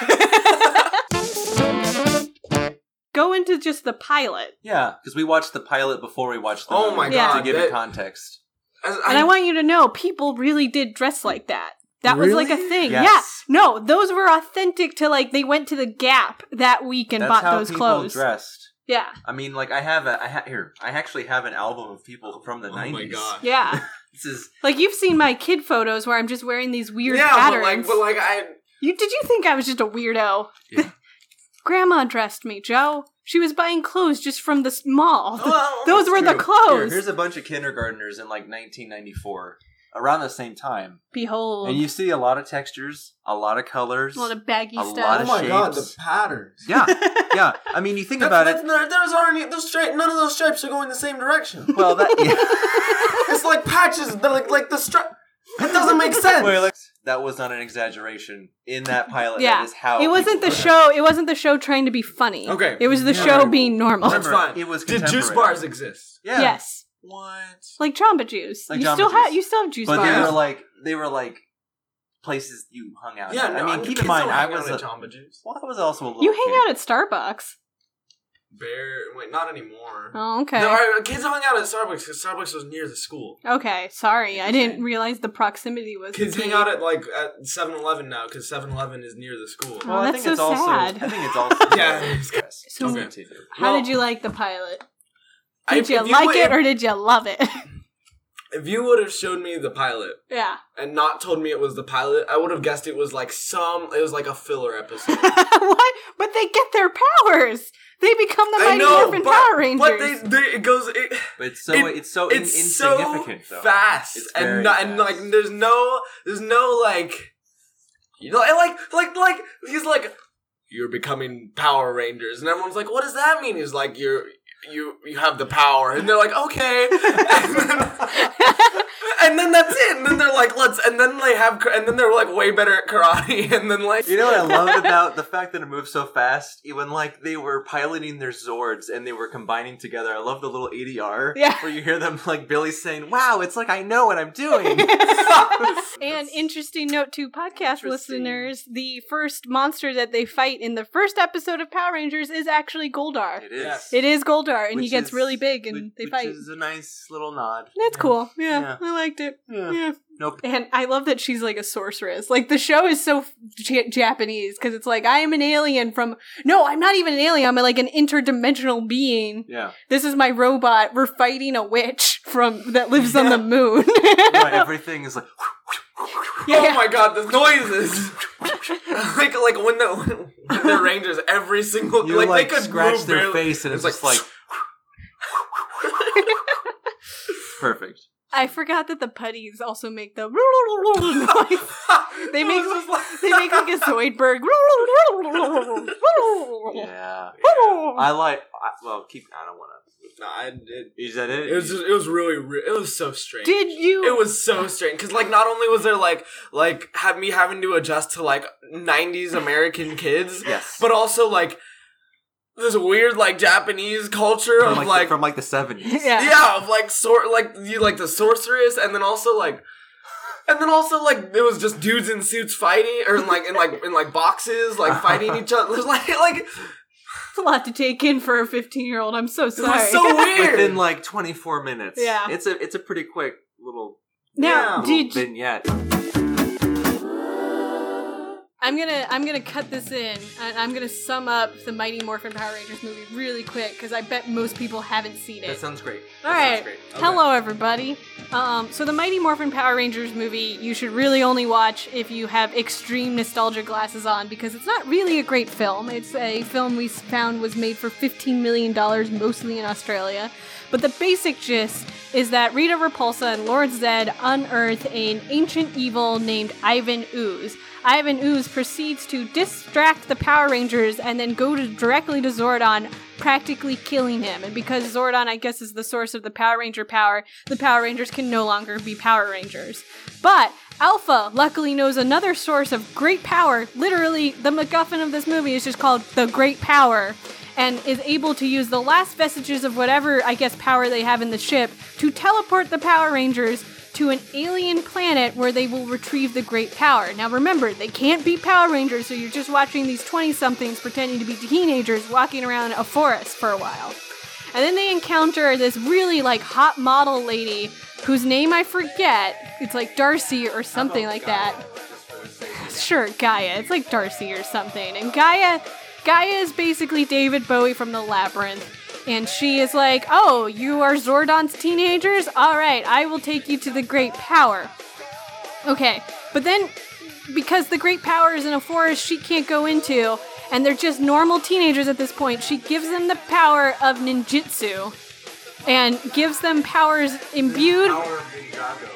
Go into just the pilot, Yeah, because we watched the pilot before we watched the Oh movie my Yeah. to god! give that- it context. I- and I, I- want you to know people really did dress like that. That was like a Really? thing. Yeah. Yes. No, those were authentic to like they went to the Gap that week and That's bought how those people clothes. dressed. Yeah, I mean, like I have a I ha- here. I actually have an album of people from the Oh my nineties. God. yeah. This is like you've seen my kid photos where I'm just wearing these weird yeah, patterns. but like, but like I you did you think I was just a weirdo? Yeah. Grandma dressed me, Joe. She was buying clothes just from the s- mall. well, those were the true. Oh, here, clothes. here's a bunch of kindergartners in like 1994, around the same time, Behold, and you see a lot of textures, a lot of colors, a lot of baggy a stuff. lot Oh of my god, shapes. the patterns. yeah, yeah. I mean, you think That's- about that's, it. no- There's already those stri- None of those stripes are going the same direction. Well, that yeah. it's like patches. They're like like the stripe. It doesn't make sense. Wait, look, that was not an exaggeration. In that pilot, Yeah. that is how it wasn't people the dress. show. It wasn't the show trying to be funny. Okay. It was the Yeah. show being normal. That's Remember, fine. It was Did juice contemporary. bars exist? Yeah. Yes, What? like Jamba Juice. Like you Jamba still Juice. had you still have juice but bars. they bars. were like they were like places you hung out. Yeah, at. no, I mean, keep in mind, I was a, Jamba Juice. well, I was also a little. You hang kid. out at Starbucks. Bear. Wait, not anymore. Oh, okay. No, our kids hung out at Starbucks because Starbucks was near the school. Okay, sorry. I didn't Interesting. realize the proximity was. Kids key. hang out at like at 7-Eleven now because 7-Eleven is near the school. Oh, that's so also. sad. I think it's also. Yeah. Yes. So- Don't continue. How Well, did you like the pilot? I- Did if you like would- it or did you love it? If you would have showed me the pilot yeah. and not told me it was the pilot, I would have guessed it was like some. It was like a filler episode. what? But they get their powers. They become the I Mighty know, Morphin but, Power Rangers. but they, they it goes. It, But it's so It- it's so in- it's insignificant so though. fast It's very and not, and fast. like there's no there's no like you know and, like like like he's like you're becoming Power Rangers and everyone's like what does that mean? He's like you're you you have the power and they're like okay and then, and then that's it and then they're like let's and then they have kar- and then they're like way better at karate and then like You know what I loved about the fact that it moved so fast? Even like they were piloting their Zords and they were combining together. I love the little ADR Yeah. where you hear them like Billy saying, "Wow, it's like I know what I'm doing." and interesting note to podcast Interesting. listeners the first monster that they fight in the first episode of Power Rangers is actually Goldar. it is. Yes. It is Goldar, and he Which gets is- really big and which, they which fight. is a nice little nod. That's cool. Yeah, Yeah. I liked it. Yeah. Yeah. Nope. And I love that she's like a sorceress. Like the show is so j- Japanese because it's like I am an alien from no, I'm not even an alien. I'm like an interdimensional being. Yeah. This is my robot. We're fighting a witch from that lives on the moon. Right, everything is like Yeah, oh yeah. my god, the noises! like, like when the when the Rangers, every single you like, like, they could scratch move their barely- face and it's, It's just like- like perfect. I forgot that the putties also make the noise. They It make- was just like- They make like a Zoidberg. Yeah. I, I like. I, well, keep. I don't want No, I did. to. Is that it? It was just, it was really re- it was so strange. Did you? it was so strange because like not only was there like like have me having to adjust to like 90s american kids yes. but also like this weird like japanese culture from of like, like, the- from like the seventies. Yeah. yeah of like sort like you like the sorceress and then also like and then also like it was just dudes in suits fighting or in like in like in like boxes like fighting each other It was like like it It's a lot to take in for a 15 year old. I'm so sorry. was so weird Within like twenty four minutes. Yeah. It's a it's a pretty quick little, now, Yeah. little did vignette. I'm gonna I'm gonna cut this in and I'm gonna sum up the Mighty Morphin Power Rangers movie really quick because I bet most people haven't seen it. That sounds great. All right. Hello, everybody. Um, so the Mighty Morphin Power Rangers movie you should really only watch if you have extreme nostalgia glasses on because it's not really a great film. It's a film we found was made for $15 million, mostly in Australia. But the basic gist is that Rita Repulsa and Lord Zed unearth an ancient evil named Ivan Ooze. Ivan Ooze proceeds to distract the Power Rangers and then go to, directly to Zordon, practically killing him. And because Zordon, I guess, is the source of the Power Ranger power, the Power Rangers can no longer be Power Rangers. But Alpha luckily knows another source of great power. Literally, the MacGuffin of this movie is just called the Great Power and is able to use the last vestiges of whatever, I guess, power they have in the ship to teleport the Power Rangers to an alien planet where they will retrieve the great power. Now remember, they can't be Power Rangers, so you're just watching these 20 somethings pretending to be teenagers walking around a forest for a while. And then they encounter this really like hot model lady whose name I forget. It's like Darcy or something like that sure Gaia. It's like Darcy or something. And Gaia Gaia is basically David Bowie from the Labyrinth. And she is like, "Oh, you are Zordon's teenagers? All right, I will take you to the great power." Okay. But then because the great power is in a forest she can't go into and they're just normal teenagers at this point, she gives them the power of ninjutsu and gives them powers imbued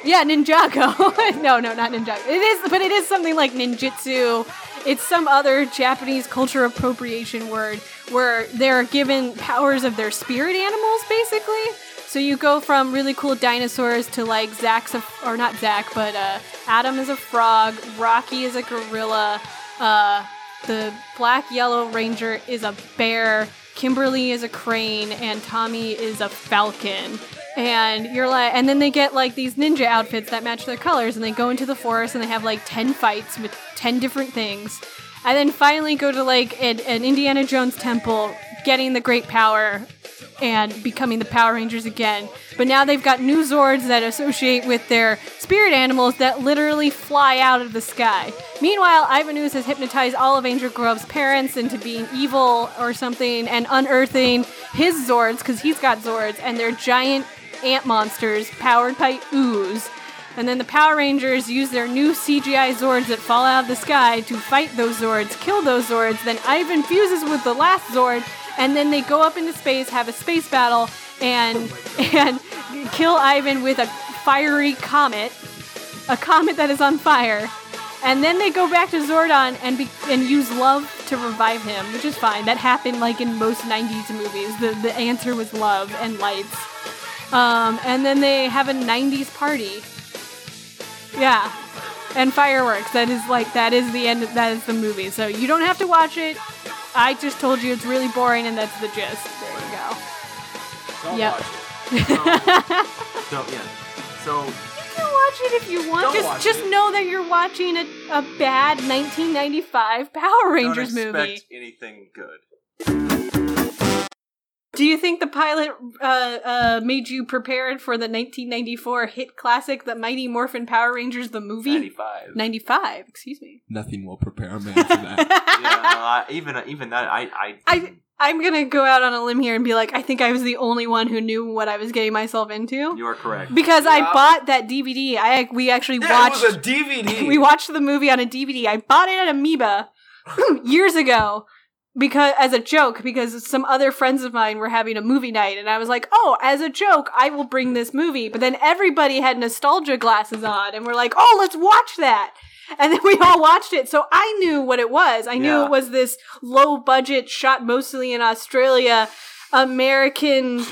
yeah, Ninjago. no, no, not Ninjago. It is, but it is something like ninjutsu. It's some other Japanese culture appropriation word where they're given powers of their spirit animals, basically. So you go from really cool dinosaurs to like Zack's a, or not Zack, but uh, Adam is a frog, Rocky is a gorilla, uh, the black yellow ranger is a bear, Kimberly is a crane, and Tommy is a falcon. And you're like, and then they get like these ninja outfits that match their colors, and they go into the forest and they have like 10 fights with 10 different things. And then finally go to like an, an Indiana Jones temple, getting the great power and becoming the Power Rangers again. But now they've got new Zords that associate with their spirit animals that literally fly out of the sky. Meanwhile, Ivan Ooze has hypnotized all of Angel Grove's parents into being evil or something and unearthing his Zords, because he's got Zords, and they're giant ant monsters powered by ooze. And then the Power Rangers use their new CGI Zords that fall out of the sky to fight those Zords, kill those Zords. Then Ivan fuses with the last Zord, and then they go up into space, have a space battle, and and kill Ivan with a fiery comet, a comet that is on fire. And then they go back to Zordon and be, and use love to revive him, which is fine. That happened like in most '90s movies. The the answer was love and lights. Um, and then they have a 90s party. Yeah. And fireworks. That is like that is the end that is the movie. So you don't have to watch it. I just told you it's really boring and that's the gist. There you go. yep. So Oh, yeah. So You can watch it if you want. Don't just watch just it. know that you're watching a, a bad 1995 Power Rangers don't expect movie. anything good. Do you think the pilot uh, uh, made you prepared for the 1994 hit classic The Mighty Morphin Power Rangers the movie? Ninety five. 95, excuse me. Nothing will prepare a man for that. yeah, I, even even that I I, I- I'm gonna go out on a limb here and be like, I think I was the only one who knew what I was getting myself into you are correct. because I Yeah. bought that DVD. I we actually yeah, watched it was a dvd we watched the movie on a DVD. I bought it at Amoeba years ago because as a joke because some other friends of mine were having a movie night and I was like, "Oh, as a joke, I will bring this movie." But then everybody had nostalgia glasses on and we're like, "Oh, let's watch that." And then we all watched it. So I knew what it was. I knew Yeah. it was this low budget shot mostly in Australia American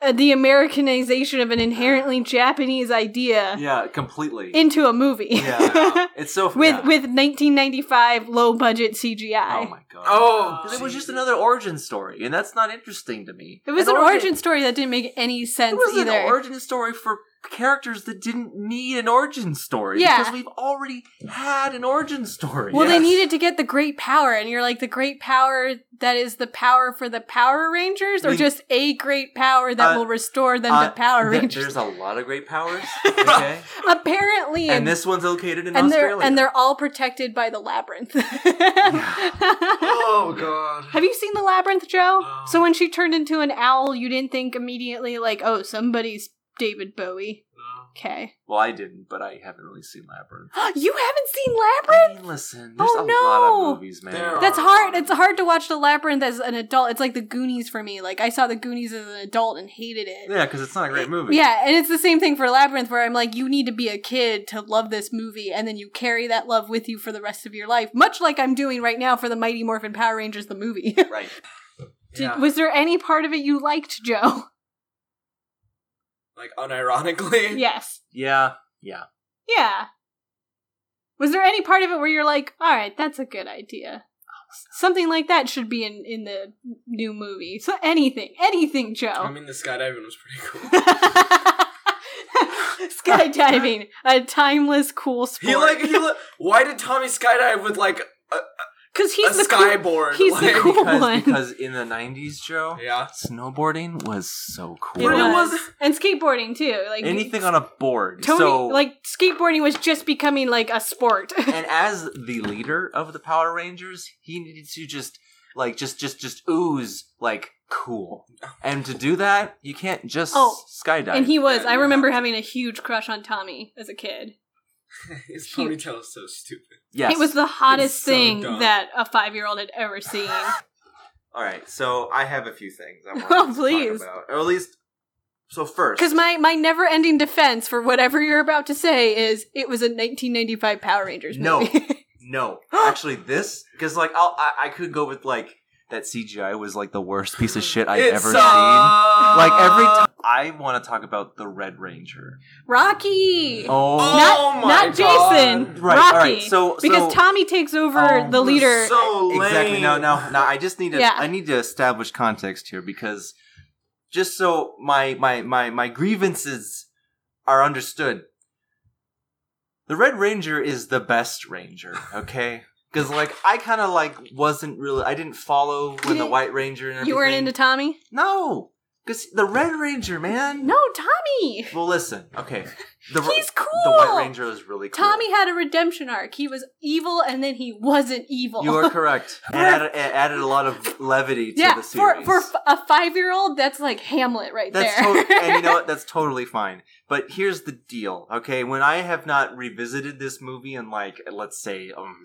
uh, the Americanization of an inherently Japanese idea Yeah, completely. into a movie. yeah, it's so with yeah. with 1995 low budget CGI. Oh my god. Oh, 'Cause it was just another origin story, and that's not interesting to me. It was an An origin, story that didn't make any sense It was either. an origin story for characters that didn't need an origin story. Yeah. Because we've already had an origin story. well, they Yes. needed to get the great power, and you're like the great power that is the power for the Power Rangers, or We- just a great power that Uh, will restore them Uh, to Power th- Rangers. There's a lot of great powers. Okay. Apparently, and this one's located in and Australia. they're and they're all protected by the labyrinth. Oh god. Have you seen the labyrinth, Joe? No. So when she turned into an owl, you didn't think immediately like, oh, somebody's David Bowie. Okay, well, I didn't, but I haven't really seen Labyrinth. you haven't seen I labyrinth. mean, listen, there's Oh, a no. lot of movies, man. There are- That's hard. It's hard to watch The Labyrinth as an adult. It's like The Goonies for me. Like I saw The Goonies as an adult and hated it. Yeah, because it's not a great movie. Yeah, and it's the same thing for Labyrinth where I'm like you need to be a kid to love this movie and then you carry that love with you for the rest of your life, much like I'm doing right now for the Mighty Morphin Power Rangers the movie. Did- Right. Yeah. Was there any part of it you liked, Joe? Like unironically. yes. Yeah. Yeah. Was there any part of it where you're like, "All right, that's a good idea." Something like that should be in in the new movie. So anything, anything, Joe. I mean, the skydiving was pretty cool. Skydiving, a timeless, cool sport. He like he. Li- Why did Tommy skydive with like because he's a the cool. skyboard? he's the like, cool- Because, one. because in the 90s, Joe, Yeah. snowboarding was so cool. It But it was. was- and skateboarding too. Like Anything on a board. Tony, so, like skateboarding was just becoming like a sport. and as the leader of the Power Rangers, he needed to just like just just just ooze like cool. And to do that, you can't just Oh, skydive. and he was. Yeah, I you remember have to. having a huge crush on Tommy as a kid. His Huge. ponytail is so stupid. yes. It was the hottest It's so thing dumb. that a five-year-old had ever seen. All right. So I have a few things I want Oh, to please. talk about. Or at least so first. Because my my never-ending defense for whatever you're about to say is it was a 1995 Power Rangers No. movie. No, actually, this because like I'll, I I could go with like that CGI was like the worst piece of shit I've It ever seen. sucked. Like every time I want to talk about the Red Ranger. Rocky. Oh, not, Oh my not God. Jason. Right, Rocky. all right, so- because so- Tommy takes over Oh, the leader. So lame. exactly. No, no, no. I just need to. Yeah. I need to establish context here because just so my my my my grievances are understood. The Red Ranger is the best Ranger. Okay. Because like I kind of like wasn't really I didn't follow when the didn't- White Ranger and everything. you weren't into Tommy? No, because the Red Ranger, man. No, Tommy. Well, listen. Okay. The, He's cool. The White Ranger is really cool. Tommy had a redemption arc. He was evil and then he wasn't evil. You are correct. It added, it added a lot of levity to yeah, the for, series. for f- a five year old, that's like Hamlet right that's there. to- and you know what? That's totally fine. But here's the deal, okay? When I have not revisited this movie in like let's say um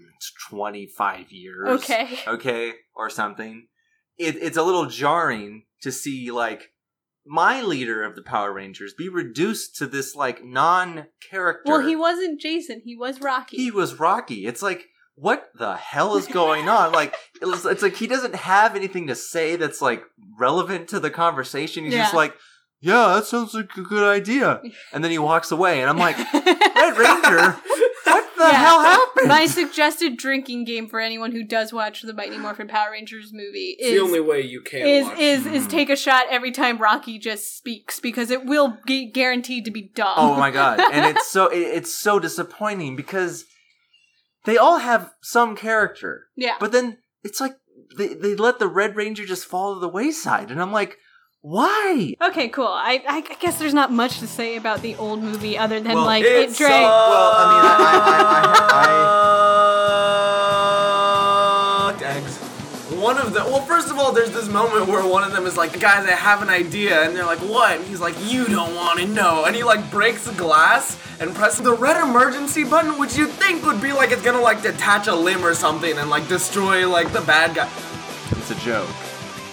25 years, okay. okay, or something, it, it's a little jarring to see like my leader of the Power Rangers be reduced to this like non-character. Well, he wasn't Jason. He was Rocky. he was Rocky. It's like, what the hell is going on? Like, it was- it's like he doesn't have anything to say that's like relevant to the conversation. He's just Yeah. like, yeah, that sounds like a good idea. And then he walks away, and I'm like, Red Ranger, what the Yeah. hell happened? My suggested drinking game for anyone who does watch the Mighty Morphin Power Rangers movie It's the is only way you can is watch. is it. is take a shot every time Rocky just speaks because it will be guaranteed to be dumb. oh my god! And it's so it, it's so disappointing because they all have some character, yeah. but then it's like they they let the Red Ranger just fall to the wayside, and I'm like, why? Okay, cool. I, I I guess there's not much to say about the old movie other than Well, like it it, drank. Well, I mean, I- sucked. Eggs. One of them. Well, first of all, there's this moment where one of them is like, "Guys, I have an idea," and they're like, "What?" And he's like, "You don't want to know." And he like breaks the glass and presses the red emergency button, which you think would be like it's gonna like detach a limb or something and like destroy like the bad guy. it's a joke.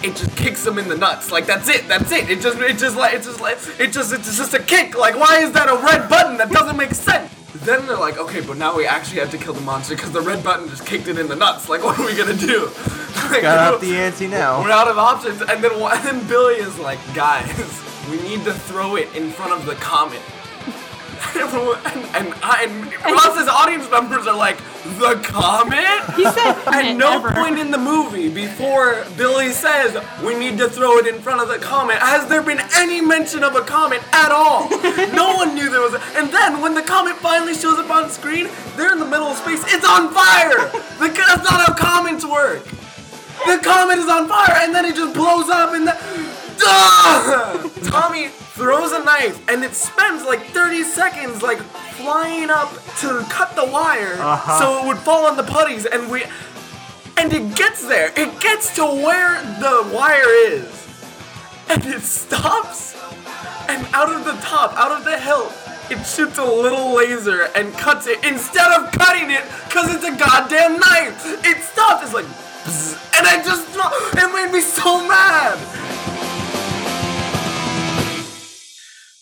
it just kicks them in the nuts. Like that's it. That's it. It just it just like it just like it just it's just a kick. Like why is that a red button? That doesn't make sense. Then they're like, okay, but now we actually have to kill the monster because the red button just kicked it in the nuts. Like what are we gonna do? Like, Got up the ante we're now. out of options. And then one- and then Billy is like, guys, we need to throw it in front of the comet. and, and, I- and Ross's audience members are like, the comet? He said, At "Comet no ever." point in the movie before Billy says we need to throw it in front of the comet has there been any mention of a comet at all. no one knew there was. A, and then when the comet finally shows up on screen, they're in the middle of space. It's on fire. The, that's not how comets work. The comet is on fire, and then it just blows up, and the. Duh! Tommy throws a knife, and it spends like 30 seconds, like flying up to cut the wire, so it would fall on the putties, and we. And it gets there. It gets to where the wire is, and it stops, and out of the top, out of the hill. It shoots a little laser and cuts it instead of cutting it because it's a goddamn knife. It stops. It's like, bzz, and I just, it made me so mad.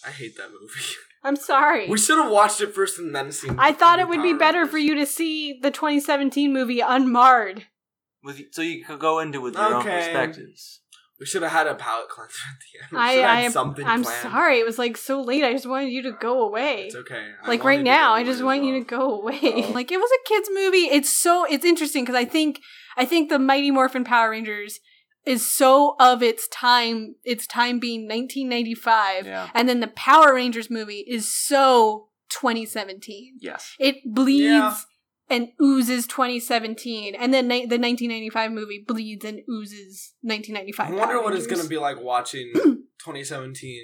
I hate that movie. I'm sorry. We should have watched it first and then seen. I thought it would be Power better Rangers. for you to see the 2017 movie unmarred. With, so you could go into it with your Okay. own perspectives. We should have had a palate cleanser at the end. We I, should have I had am, something I'm planned. sorry. It was like so late. I just wanted you to go away. It's okay. I like wanted right to now go i just as want you well. to Oh. go away like it was a kids movie it's so it's interesting because i think i think the mighty morphin power rangers is so of its time its time being 1995 Yeah. and then the power rangers movie is so 2017 Yes. it bleeds Yeah. and oozes 2017 and then ni- the 1995 movie bleeds and oozes 1995 I wonder Power what it's gonna Rangers. be like watching 2017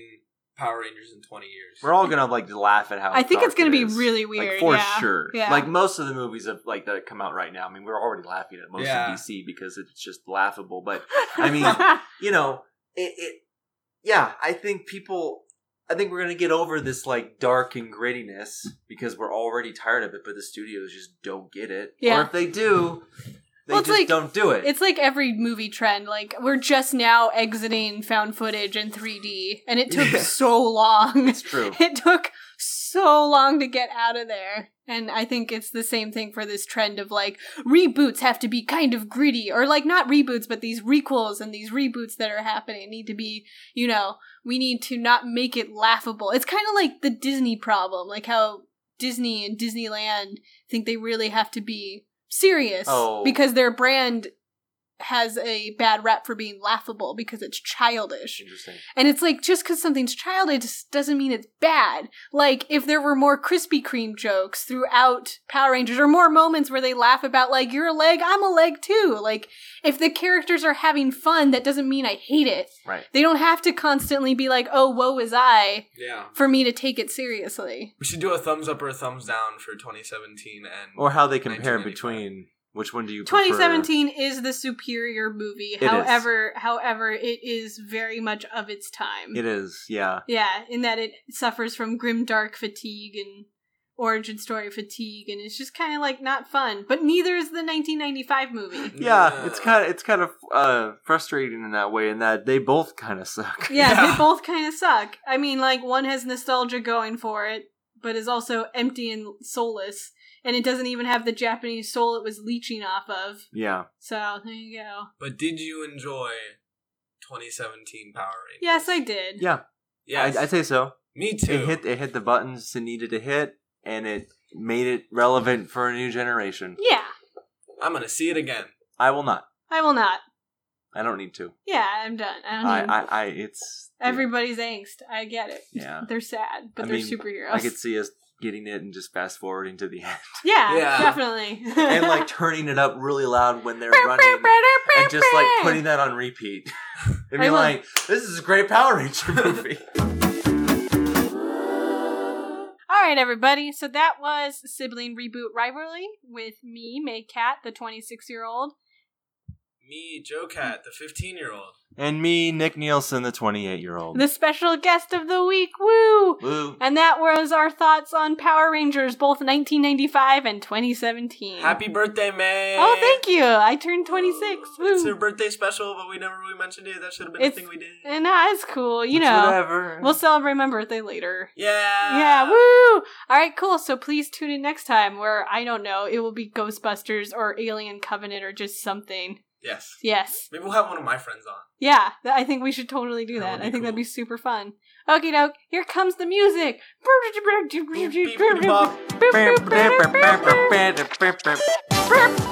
Power Rangers in 20 years. We're all gonna like laugh at how. i think it's dark gonna it be is. really Like, weird for yeah. sure. yeah Like most of the movies that like that come out right now. I mean, we're already laughing at most Yeah. of DC because it's just laughable. But I mean- you know, it, it. Yeah, I think people. I think we're gonna get over this like dark and grittiness because we're already tired of it. But the studios just don't get it. Or Yeah. if they do, they Well, it's just like- don't do it. It's like every movie trend. Like we're just now exiting found footage and 3D, and it took Yeah. so long. It's true. It took so long to get out of there. And I think it's the same thing for this trend of like reboots have to be kind of gritty, or like not reboots, but these requels and these reboots that are happening need to be, you know, we need to not make it laughable. It's kind of like the Disney problem, like how Disney and Disneyland think they really have to be serious Oh. because their brand has a bad rap for being laughable because it's childish. Interesting. And it's like just because something's childish doesn't mean it's bad. Like if there were more Krispy Kreme jokes throughout Power Rangers, or more moments where they laugh about like you're a leg, I'm a leg too. Like if the characters are having fun, that doesn't mean I hate it. Right. They don't have to constantly be like, oh, woe is I, Yeah. for me to take it seriously. We should do a thumbs up or a thumbs down for 2017 and Or how they compare 1995. between which one do you? prefer? 2017 is the superior movie. It is. however, however, it is very much of its time. It is. Yeah. Yeah, in that it suffers from grim dark fatigue and origin story fatigue, and it's just kind of like not fun. But neither is the 1995 movie. Yeah, Yeah. it's kind of it's kind of uh, frustrating in that way, in that they both kind of suck. Yeah, Yeah. they both kind of suck. I mean, like one has nostalgia going for it, but is also empty and soulless, and it doesn't even have the Japanese soul it was leeching off of. Yeah, So there you go. But did you enjoy 2017 Power Rangers? Yes, I did. yeah. Yes. I, I'd say so. Me too. It hit it hit the buttons it needed to hit, and it made it relevant for a new generation. Yeah, I'm gonna see it again. I will not. I will not. I don't need to. Yeah, I'm done. I don't I, need I, I it's everybody's angst. I get it. Yeah. They're sad, but I they're mean, superheroes. I could see us getting it and just fast forwarding to the end, Yeah, Yeah. definitely. and like turning it up really loud when they're running, and just like putting that on repeat. and I being will- like, "This is a great Power Ranger movie." All right, everybody. So that was sibling reboot rivalry with me, May Cat, the 26 year old, me, Joe Cat, the 15 year old. And me, Nick Nielsen, the 28 year old. The special guest of the week. Woo! Woo. And that was our thoughts on Power Rangers, both 1995 and 2017. Happy birthday, Mm. May! Oh, thank you. I turned 26. It's her Woo. birthday special, but we never really mentioned it. That should have been It's- a thing we did. And that's cool. You It's know, Whatever. we'll celebrate my birthday later. Yeah! Yeah, woo! All right, cool. So please tune in next time where I don't know, it will be Ghostbusters or Alien Covenant or just something. Yes. Yes. Maybe we'll have one of my friends on. Yeah, th- I think we should totally do That that. would I be think that'd cool. be super fun. Okie doke, here comes the music. Beep, beep, beep, beep, bop. Burp, burp, burp, burp, burp.